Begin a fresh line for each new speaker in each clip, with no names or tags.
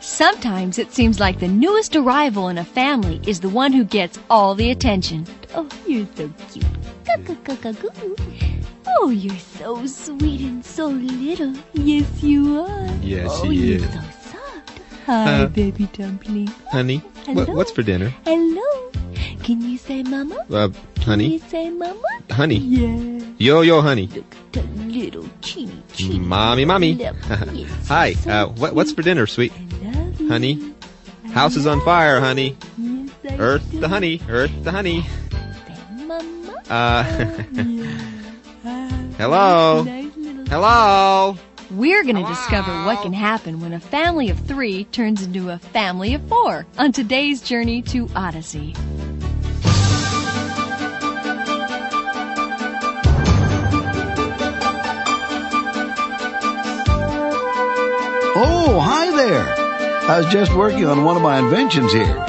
Sometimes it seems like the newest arrival in a family is the one who gets all the attention. Oh, you're so cute. Cuckoo-cuckoo-cuckoo. Oh, you're so sweet and so little. Yes, you are.
Yes,
oh,
she
you're
is.
so soft. Hi,
Uh,
baby dumpling.
Honey,
Hello?
what, what's for dinner?
Hello. Can you say mama?
Uh,
Can you
honey,
say mama?
honey.
Yeah.
Yo, yo, honey.
Look at that little teeny, teeny.
Mommy, mommy.
lip. Yes,
Hi,
so
uh, what, what's for
cute.
dinner, sweet?
I love you.
Honey,
I
house is on
love
fire,
you.
honey.
Yes, I
Earth
do.
the honey, earth the honey.
Say mama.
Uh,
Yeah.
Hello?
Nice little-
hello.
We're going to
Hello?
discover what can happen when a family of three turns into a family of four on today's journey to Odyssey.
Oh, hi there. I was just working on one of my inventions here.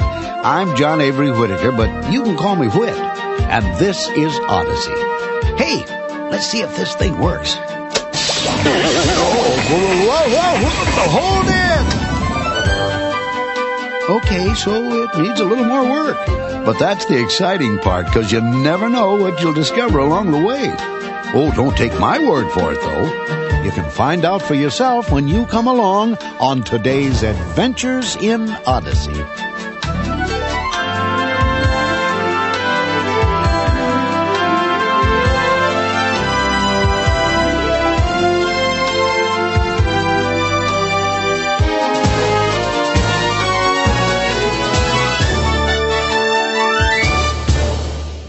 I'm John Avery Whitaker, but you can call me Whit. And this is Odyssey. Hey, let's see if this thing works. Oh, whoa, whoa, whoa, whoa, hold it! Okay, so it needs a little more work. But that's the exciting part, because you never know what you'll discover along the way. Oh, don't take my word for it, though. You can find out for yourself when you come along on today's Adventures in Odyssey.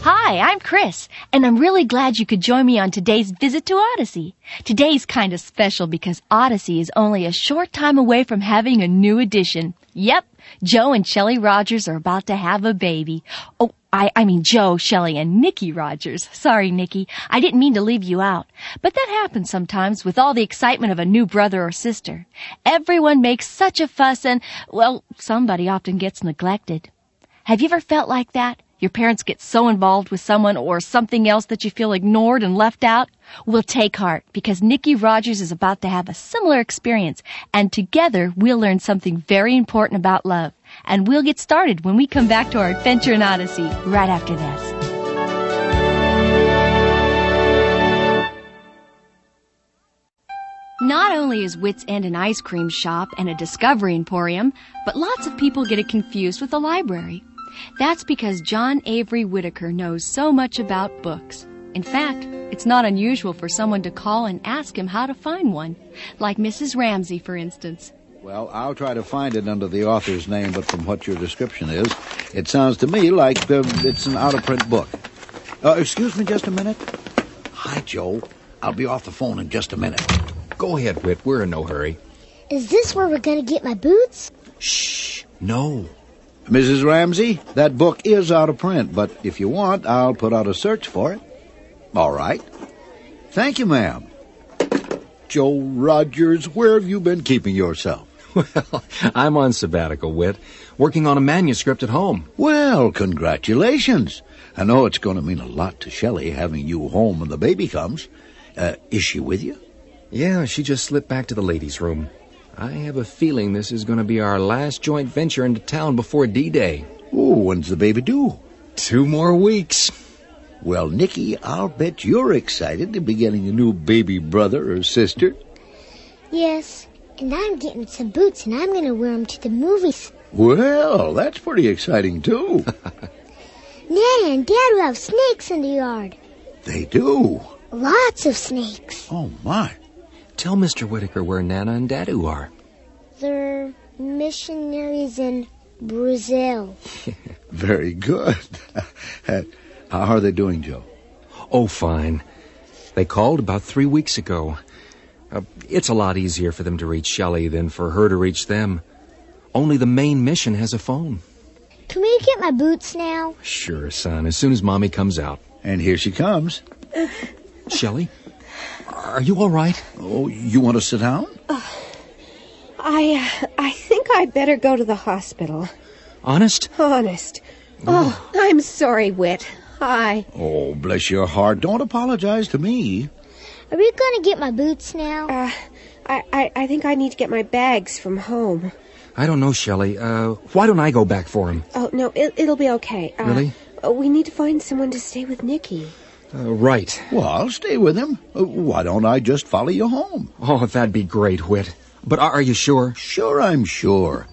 Hi, I'm Chris, and I'm really glad you could join me on today's visit to Odyssey. Today's kind of special because Odyssey is only a short time away from having a new edition. Yep, Joe and Shelly Rogers are about to have a baby. Oh, I, I mean Joe, Shelly, and Nikki Rogers. Sorry, Nikki. I didn't mean to leave you out. But that happens sometimes with all the excitement of a new brother or sister. Everyone makes such a fuss and, well, somebody often gets neglected. Have you ever felt like that? Your parents get so involved with someone or something else that you feel ignored and left out? Well, take heart because Nikki Rogers is about to have a similar experience and together we'll learn something very important about love. And we'll get started when we come back to our adventure in Odyssey right after this. Not only is Wits End an ice cream shop and a discovery emporium, but lots of people get it confused with a library. That's because John Avery Whitaker knows so much about books. In fact, it's not unusual for someone to call and ask him how to find one, like Mrs. Ramsey, for instance.
Well, I'll try to find it under the author's name, but from what your description is, it sounds to me like uh, it's an out of print book. Uh, excuse me just a minute. Hi, Joe. I'll be off the phone in just a minute.
Go ahead, Whit. We're in no hurry.
Is this where we're gonna get my boots?
No.
Mrs. Ramsey, that book is out of print, but if you want, I'll put out a search for it. All right. Thank you, ma'am. Joe Rogers, where have you been keeping yourself?
Well, I'm on sabbatical, Whit, working on a manuscript at home.
Well, congratulations. I know it's going to mean a lot to Shelley having you home when the baby comes. Uh, is she with you?
Yeah, she just slipped back to the ladies' room. I have a feeling this is going to be our last joint venture into town before D-Day.
Oh, when's the baby due?
Two more weeks.
Well, Nicky, I'll bet you're excited to be getting a new baby brother or sister.
Yes. And I'm getting some boots and I'm gonna wear them to the movies.
Well, that's pretty exciting, too.
Nan and Dad will have snakes in the yard.
they do.
Lots of snakes.
Oh, my.
Tell Mr. Whitaker where Nana and Dadu are.
They're missionaries in Brazil.
Very good. How are they doing, Joe?
Oh, fine. They called about three weeks ago. Uh, it's a lot easier for them to reach Shelley than for her to reach them. Only the main mission has a phone.
Can we get my boots now?
Sure, son, as soon as Mommy comes out.
And here she comes.
Shelley, are you all right?
Oh, you want to sit down?
I uh, I think I better go to the hospital.
Honest?
Honest. Oh, I'm sorry, Wit. I
Oh, bless your heart. Don't apologize to me.
Are we gonna get my boots now?
uh I, I I think I need to get my bags from home.
I don't know, Shelley. Uh, why don't I go back for him?
Oh, no, it, it'll be okay. Uh,
Really?
uh, We need to find someone to stay with Nikki.
Uh, right.
Well, I'll stay with him. Uh, Why don't I just follow you home?
Oh, that'd be great, Whit. But are, are you sure?
Sure, I'm sure.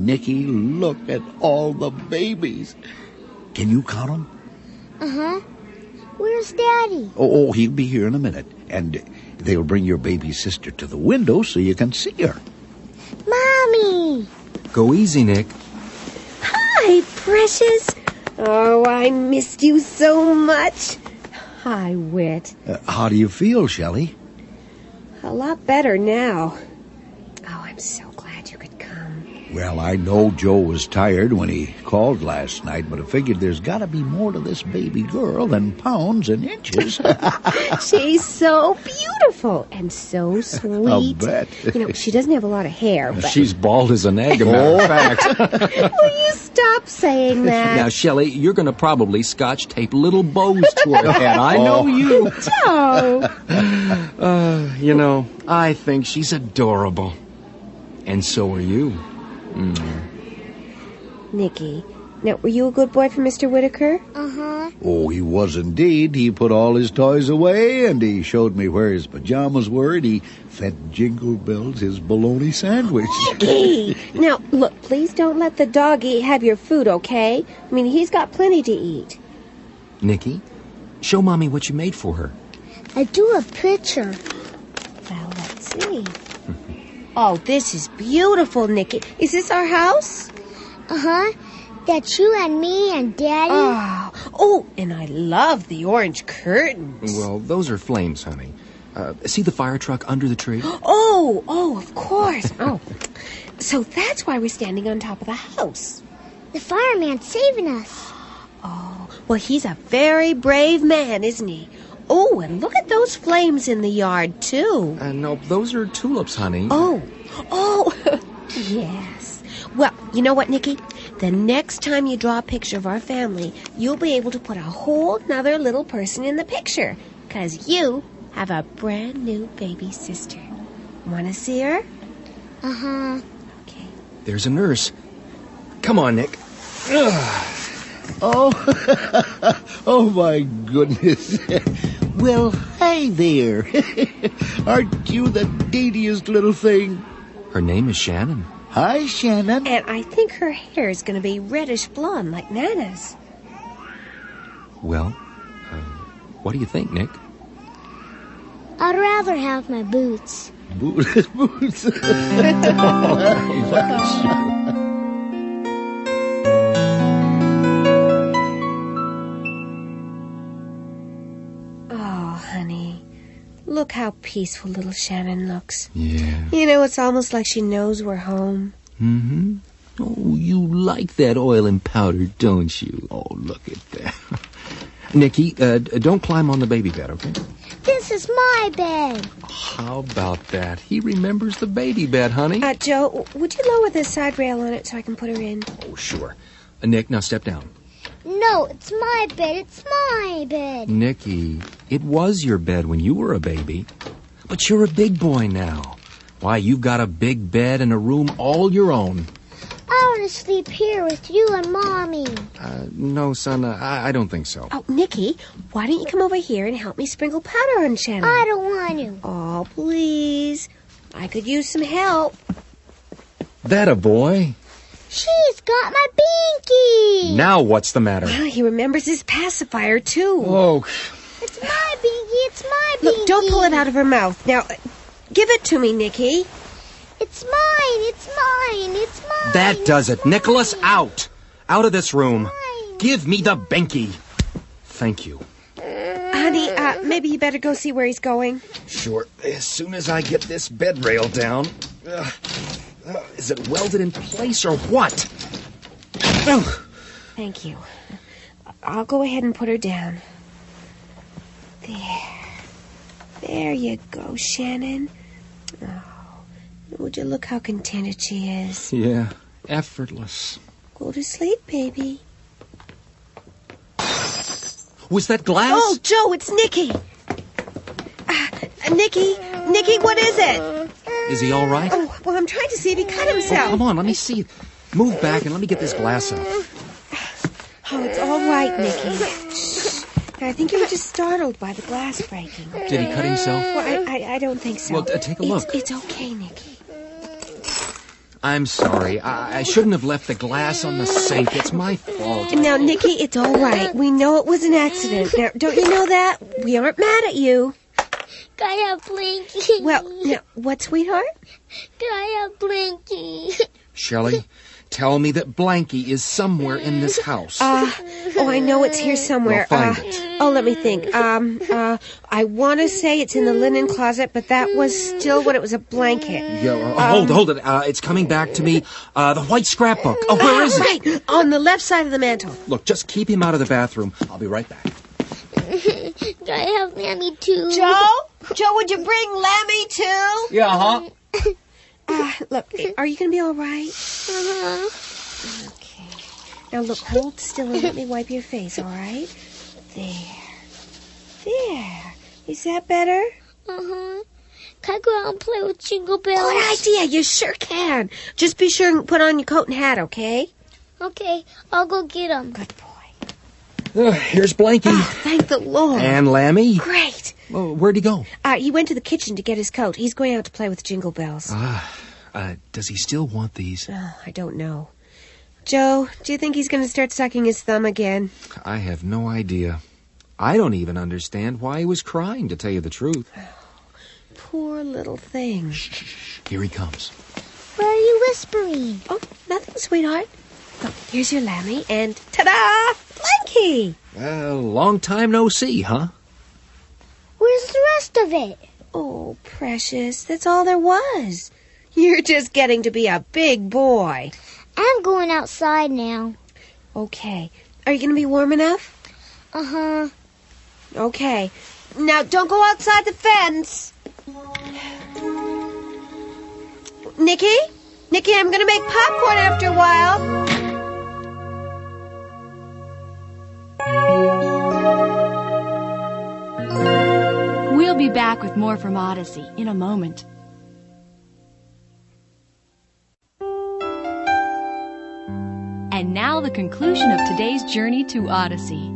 Nikki, look at all the babies. Can you count them?
Uh huh. Where's Daddy?
Oh, oh, he'll be here in a minute. And they'll bring your baby sister to the window so you can see her.
Mommy!
Go easy, Nick.
Hi, precious. Oh, I missed you so much. Hi, Wit.
Uh, how do you feel, Shelley?
A lot better now. Oh, I'm so glad you could come.
Well, I know Joe was tired when he called last night, but I figured there's got to be more to this baby girl than pounds and inches.
She's so beautiful and so sweet.
bet.
You know, she doesn't have a lot of hair, but
She's bald as an egg, a
Oh.
matter of fact.
will you stop saying
now,
that?
Shelley, you're going to probably scotch tape little bows to her head. I know you.
No.
You know, I think she's adorable. And so are you.
Nikki, now, were you a good boy for Mr. Whitaker?
Uh huh.
Oh, he was indeed. He put all his toys away, and he showed me where his pajamas were, and he fed Jingle Bells his bologna sandwich.
Gee. Now, look, please don't let the doggy have your food, okay? I mean, he's got plenty to eat.
Nikki, show Mommy what you made for her.
I drew a picture.
Well, let's see. Oh, this is beautiful, Nikki. Is this our house?
Mm.
Uh huh. That's you and me and Daddy.
Oh, oh, and I love the orange curtains.
Well, those are flames, honey. Uh, see the fire truck under the tree?
Oh, oh, of course. Oh, so that's why we're standing on top of the house.
The fireman's saving us.
Oh, well, he's a very brave man, isn't he? Oh, and look at those flames in the yard, too.
Uh, no, those are tulips, honey.
Oh, oh, yes. Well, you know what, Nikki? The next time you draw a picture of our family, you'll be able to put a whole nother little person in the picture, 'cause you have a brand new baby sister. Want to see her?
Uh huh.
Okay.
There's a nurse. Come on, Nick.
oh, my goodness. well, hey there. Aren't you the daintiest little thing?
Her name is Shannon.
Hi, Shannon.
And I think her hair is going to be reddish blonde like Nana's.
Well, uh, what do you think, Nick?
I'd rather have my boots.
Boots. Boots.
Oh, honey. Look how peaceful little Shannon looks.
Yeah.
You know, it's almost like she knows we're home.
Mm-hmm. Oh, you like that oil and powder, don't you? Oh, look at that. Nikki, uh, d- don't climb on the baby bed, okay?
This is my bed.
How about that? He remembers the baby bed, honey.
Uh, Joe, w- would you lower the side rail on it so I can put her in?
Oh, sure. Uh, Nick, now step down.
No, it's my bed. It's my bed.
Nikki, it was your bed when you were a baby, but you're a big boy now. Why, you've got a big bed and a room all your own.
I want to sleep here with you and Mommy.
Uh, no, son, uh, I, I don't think so.
Oh, Nikki, why don't you come over here and help me sprinkle powder on Shannon?
I don't want to.
Oh, please. I could use some help.
That a boy?
She's got my binky.
Now what's the matter?
Well, he remembers his pacifier, too.
Oh,
It's my binky. It's my binky.
Look, don't pull it out of her mouth. Now, uh, give it to me, Nikki.
It's mine. It's mine. It's mine.
that does it.
It's mine.
Nicholas, out! Out of this room.
Mine.
Give me the binky. Thank you.
Honey, uh, maybe you better go see where he's going.
Sure. As soon as I get this bed rail down. Ugh. Ugh, is it welded in place or what? Ugh.
Thank you. I'll go ahead and put her down. There. There you go, Shannon. Oh, would you look how contented she is?
Yeah, effortless.
Go to sleep, baby.
Was that glass?
Oh, Joe, it's Nikki. Uh, Nikki, Nikki, what is it?
Is he all right? Oh,
Oh, well, I'm trying to see if he cut himself.
come on, let me see. Move back and let me get this glass out.
Oh, it's all right, Nikki. Shh. I think you were just startled by the glass breaking. Well,
Did he cut himself?
I, I, I don't think so.
Well, t- take a
It's-
look.
It's, okay, Nikki.
I'm sorry. I, I shouldn't have left the glass on the sink. It's my fault.
Now, Nikki, it's all right. We know it was an accident. There, don't you know that? We aren't mad at you.
Got a blinky.
Well, now, what, sweetheart?
got a blinky.
Shelley, tell me that Blanky is somewhere in this house.
Uh, oh, I know it's here somewhere.
We'll find
uh,
it.
Oh, let me think. Um, uh, I want to say it's in the linen closet, but that was still when it was a blanket.
Yeah, uh, hold, hold it. Uh, it's coming back to me. Uh, the white scrapbook. Oh, where is it?
Right, on the left side of the mantle.
Look, just keep him out of the bathroom. I'll be right back.
Got to have Mammy too.
Joe? Joe, would you bring Lemmy too?
Yeah, huh?
Uh, look, are you going to be all right?
Uh-huh.
Okay. Now look, hold still and let me wipe your face, all right? There. There. Is that better?
Uh-huh. Can I go out and play with Jingle Bells?
Good idea. You sure can. Just be sure and put on your coat and hat, okay?
Okay, I'll go get 'em.
Good boy.
Uh, here's Blanky.
Oh, thank the Lord.
And Lammy.
Great.
Oh, where'd he go?
Uh, he went to the kitchen to get his coat. He's going out to play with Jingle Bells.
Uh, does he still want these?
Oh, I don't know. Joe, do you think he's going to start sucking his thumb again?
I have no idea. I don't even understand why he was crying, to tell you the truth.
Poor little thing.
Here he comes.
Where are you whispering?
Oh, nothing, sweetheart. Look, here's your lammy, and ta-da! Blanky!
Well, long time no see, huh?
Where's the rest of it?
Oh, precious, that's all there was. You're just getting to be a big boy.
I'm going outside now.
Okay. Are you going to be warm enough?
Uh-huh.
Okay. Now, don't go outside the fence. Nikki? Nikki, I'm going to make popcorn after a while.
We'll be back with more from Odyssey in a moment. And now the conclusion of today's journey to Odyssey.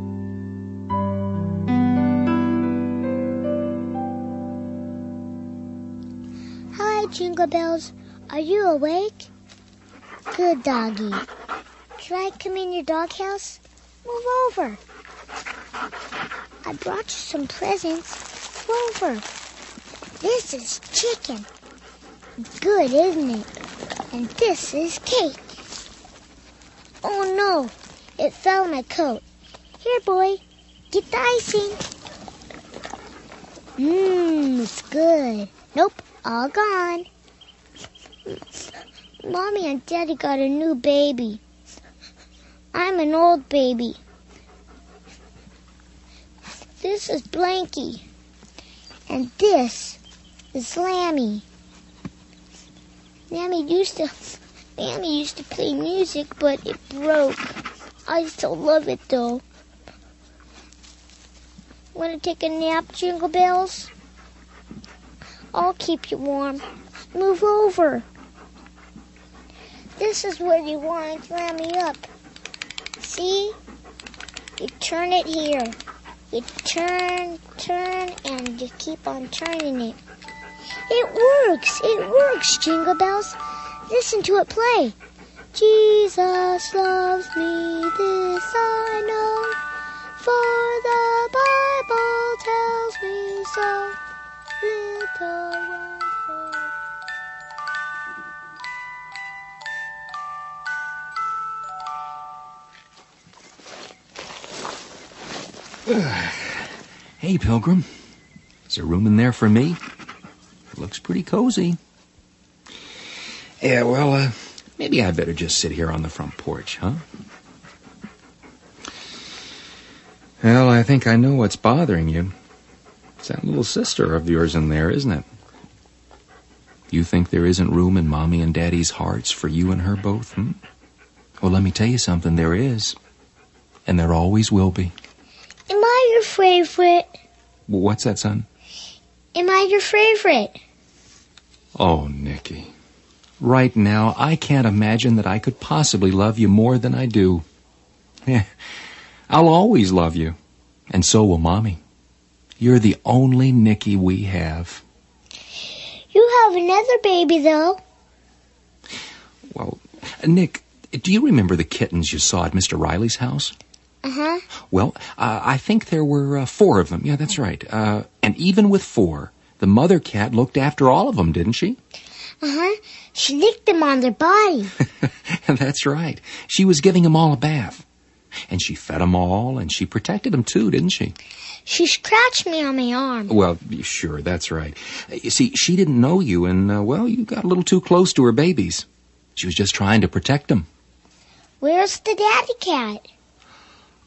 Hi, Jingle Bells. Are you awake? Good doggy. Should I come in your doghouse? Move over. I brought you some presents. Move over. This is chicken. Good, isn't it? And this is cake. Oh no, it fell in my coat. Here, boy, get the icing. Mmm, it's good. Nope, all gone. Mommy and Daddy got a new baby. I'm an old baby. This is Blanky. And this is Lammy. Lammy used to Lammy used to play music but it broke. I still love it though. Wanna take a nap, Jingle Bells? I'll keep you warm. Move over. This is where you want to clam me up. See? You turn it here. You turn, turn, and you keep on turning it. It works! It works, Jingle Bells. Listen to it play. Jesus loves me, this I know, for the Bible tells me so. Little ones say.
Hey, Pilgrim. Is there room in there for me? It looks pretty cozy. Yeah, well, uh, maybe I better just sit here on the front porch, huh? Well, I think I know what's bothering you. It's that little sister of yours in there, isn't it? You think there isn't room in Mommy and Daddy's hearts for you and her both, hmm? Well, let me tell you something, there is. And there always will be.
Am I your favorite?
What's that, son?
Am I your favorite?
Oh, Nicky. Right now, I can't imagine that I could possibly love you more than I do. Yeah, I'll always love you. And so will Mommy. You're the only Nicky we have.
You have another baby though.
Well, Nick, do you remember the kittens you saw at Mr. Riley's house?
Uh huh.
Well, uh, I think there were uh, four of them. Yeah, that's right. Uh, and even with four, the mother cat looked after all of them, didn't she?
Uh huh. She licked them on their body.
That's right. She was giving them all a bath. And she fed them all, and she protected them too, didn't she?
she scratched me on my arm.
Well, sure, that's right. Uh, You see, she didn't know you, and, uh, well, you got a little too close to her babies. She was just trying to protect them.
Where's the daddy cat?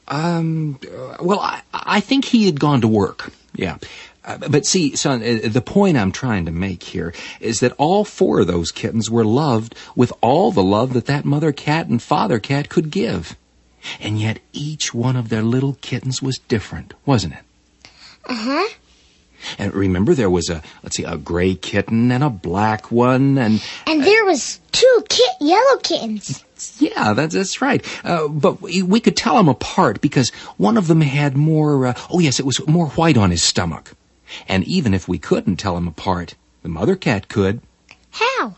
Um, uh, well, I, I think he had gone to work. Yeah. Uh, but see, son, uh, the point I'm trying to make here is that all four of those kittens were loved with all the love that that mother cat and father cat could give. And yet each one of their little kittens was different, wasn't it?
Uh huh.
And remember there was a, let's see, a gray kitten and a black one and,
And there was two kit yellow kittens.
yeah, that's, that's right. Uh, but we, we could tell them apart because one of them had more, uh, oh yes, it was more white on his stomach. And even if we couldn't tell them apart, the mother cat could.
How?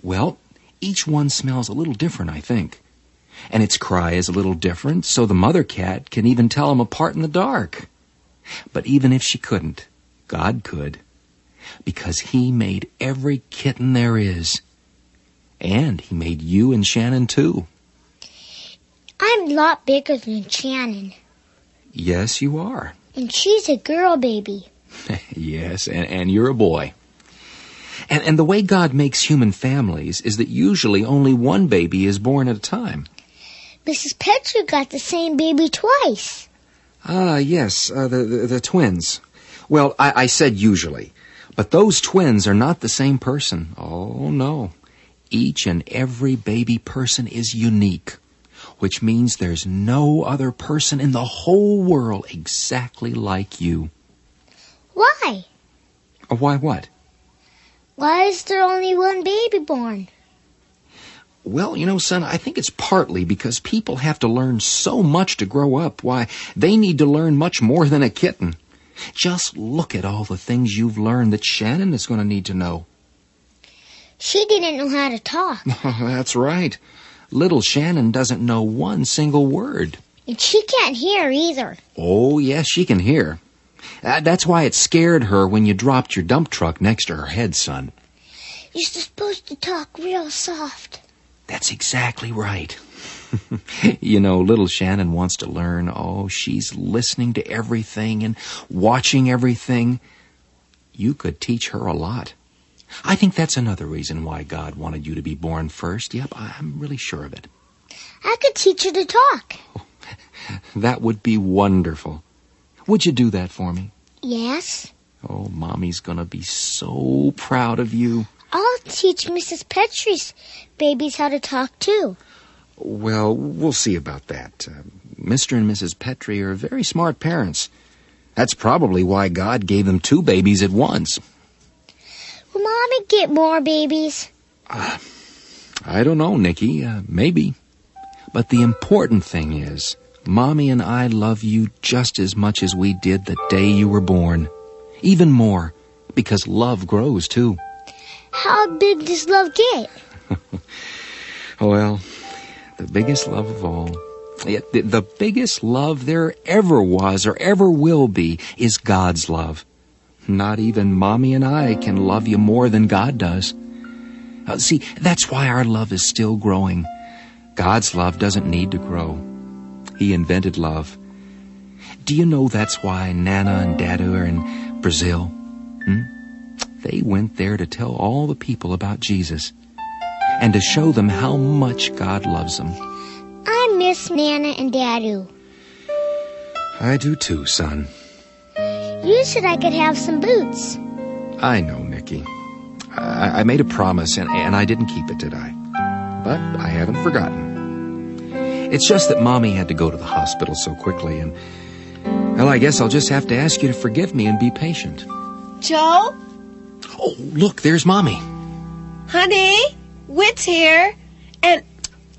Well, each one smells a little different, I think. And its cry is a little different, so the mother cat can even tell them apart in the dark. But even if she couldn't, God could. Because He made every kitten there is. And He made you and Shannon too.
I'm a lot bigger than Shannon,
Yes, you are.
and she's a girl baby.
Yes, and, and you're a boy. And, and the way God makes human families is that usually only one baby is born at a time.
Mrs. Petra got the same baby twice.
Ah, yes, uh, the, the, the twins. Well, I, I said usually, but those twins are not the same person. Oh, no. Each and every baby person is unique, which means there's no other person in the whole world exactly like you.
Why?
Uh, Why what?
Why is there only one baby born?
Well, you know, son, I think it's partly because people have to learn so much to grow up. Why, they need to learn much more than a kitten. Just look at all the things you've learned that Shannon is going to need to know.
She didn't know how to talk,
That's right. Little Shannon doesn't know one single word.
and she can't hear either.
Oh, yes, she can hear. Uh, That's why it scared her when you dropped your dump truck next to her head, son.
You're supposed to talk real soft.
That's exactly right. you know, little Shannon wants to learn. Oh, she's listening to everything and watching everything. You could teach her a lot. I think that's another reason why God wanted you to be born first. Yep, I- I'm really sure of it.
I could teach her to talk.
That would be wonderful. Would you do that for me?
Yes,
Oh, Mommy's gonna be so proud of you.
I'll teach Mrs. Petrie's babies how to talk too.
Well, we'll see about that. Uh, Mr. and Mrs. Petrie are very smart parents. That's probably why God gave them two babies at once.
Will Mommy get more babies?
I don't know, Nicky. Uh, maybe. But the important thing is, Mommy and I love you just as much as we did the day you were born. Even more, because love grows too.
How big does love get?
Well, the biggest love of all, yeah, the, the biggest love there ever was or ever will be is God's love. Not even Mommy and I can love you more than God does. Uh, see, that's why our love is still growing. God's love doesn't need to grow. He invented love. Do you know that's why Nana and Dadu are in Brazil? Hmm? They went there to tell all the people about Jesus and to show them how much God loves them.
I miss Nana and Dadu.
I do too, son.
You said I could have some boots.
I know, Nicky. I, I made a promise and, and I didn't keep it, did I? But I haven't forgotten. It's just that Mommy had to go to the hospital so quickly and Well, I guess I'll just have to ask you to forgive me and be patient.
Joe?
Oh, look, there's Mommy.
Honey, Wit's here. And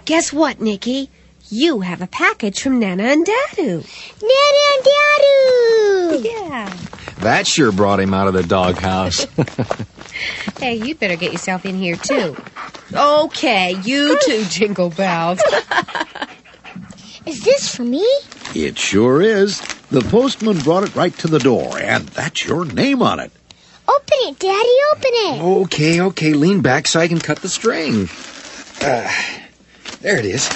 guess what, Nikki? You have a package from Nana and Dadu.
Daddy and Daddy!
Yeah.
That sure brought him out of the doghouse.
Hey, you better get yourself in here, too. Okay, you too, Jingle Bells.
Is this for me?
It sure is. The postman brought it right to the door, and that's your name on it.
Open it, Daddy, open it!
okay, okay, lean back so I can cut the string. Uh, there it is.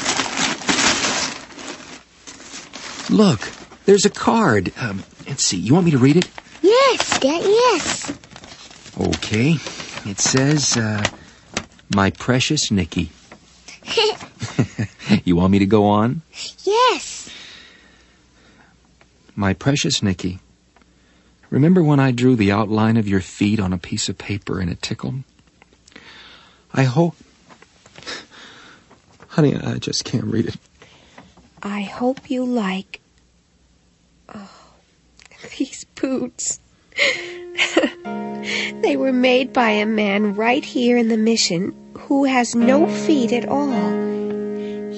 Look, there's a card. Um, let's see, you want me to read it?
Yes, Dad, yes.
Okay. It says, uh, My precious Nikki. You want me to go on?
yes.
My precious Nikki, remember when I drew the outline of your feet on a piece of paper and it tickled? I hope. Honey, I just can't read it.
I hope you like. Oh, these boots. they were made by a man right here in the mission who has no feet at all.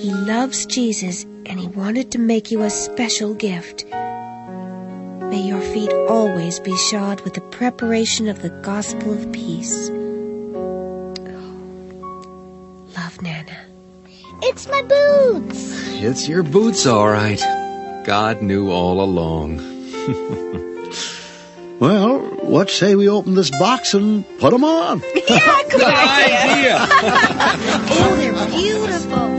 He loves Jesus and he wanted to make you a special gift. May your feet always be shod with the preparation of the gospel of peace. Oh, Love, Nana.
It's my boots.
It's your boots, all right. God knew all along.
Well, what say we open this box and put 'em on?
Oh, they're beautiful.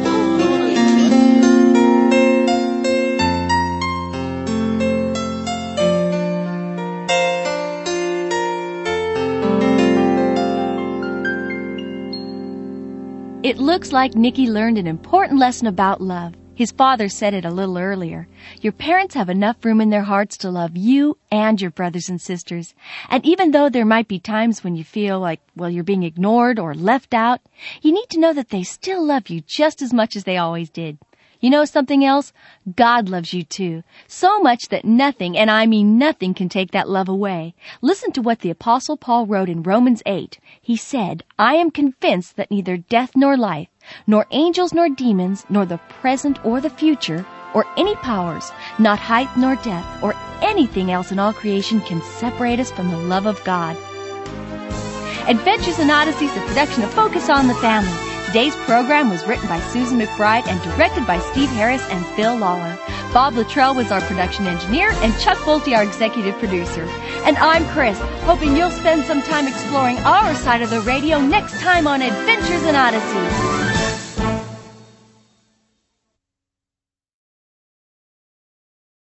It looks like Nicky learned an important lesson about love. His father said it a little earlier. Your parents have enough room in their hearts to love you and your brothers and sisters. And even though there might be times when you feel like, well, you're being ignored or left out, you need to know that they still love you just as much as they always did. You know something else? God loves you too. So much that nothing, and I mean nothing, can take that love away. Listen to what the apostle Paul wrote in Romans 8. He said, I am convinced that neither death nor life, nor angels nor demons, nor the present or the future, or any powers, not height nor depth, or anything else in all creation can separate us from the love of God. Adventures in Odyssey is a production of Focus on the Family. Today's program was written by Susan McBride and directed by Steve Harris and Phil Lawler. Bob Luttrell was our production engineer and Chuck Bolte our executive producer. And I'm Chris, hoping you'll spend some time exploring our side of the radio next time on Adventures in Odyssey.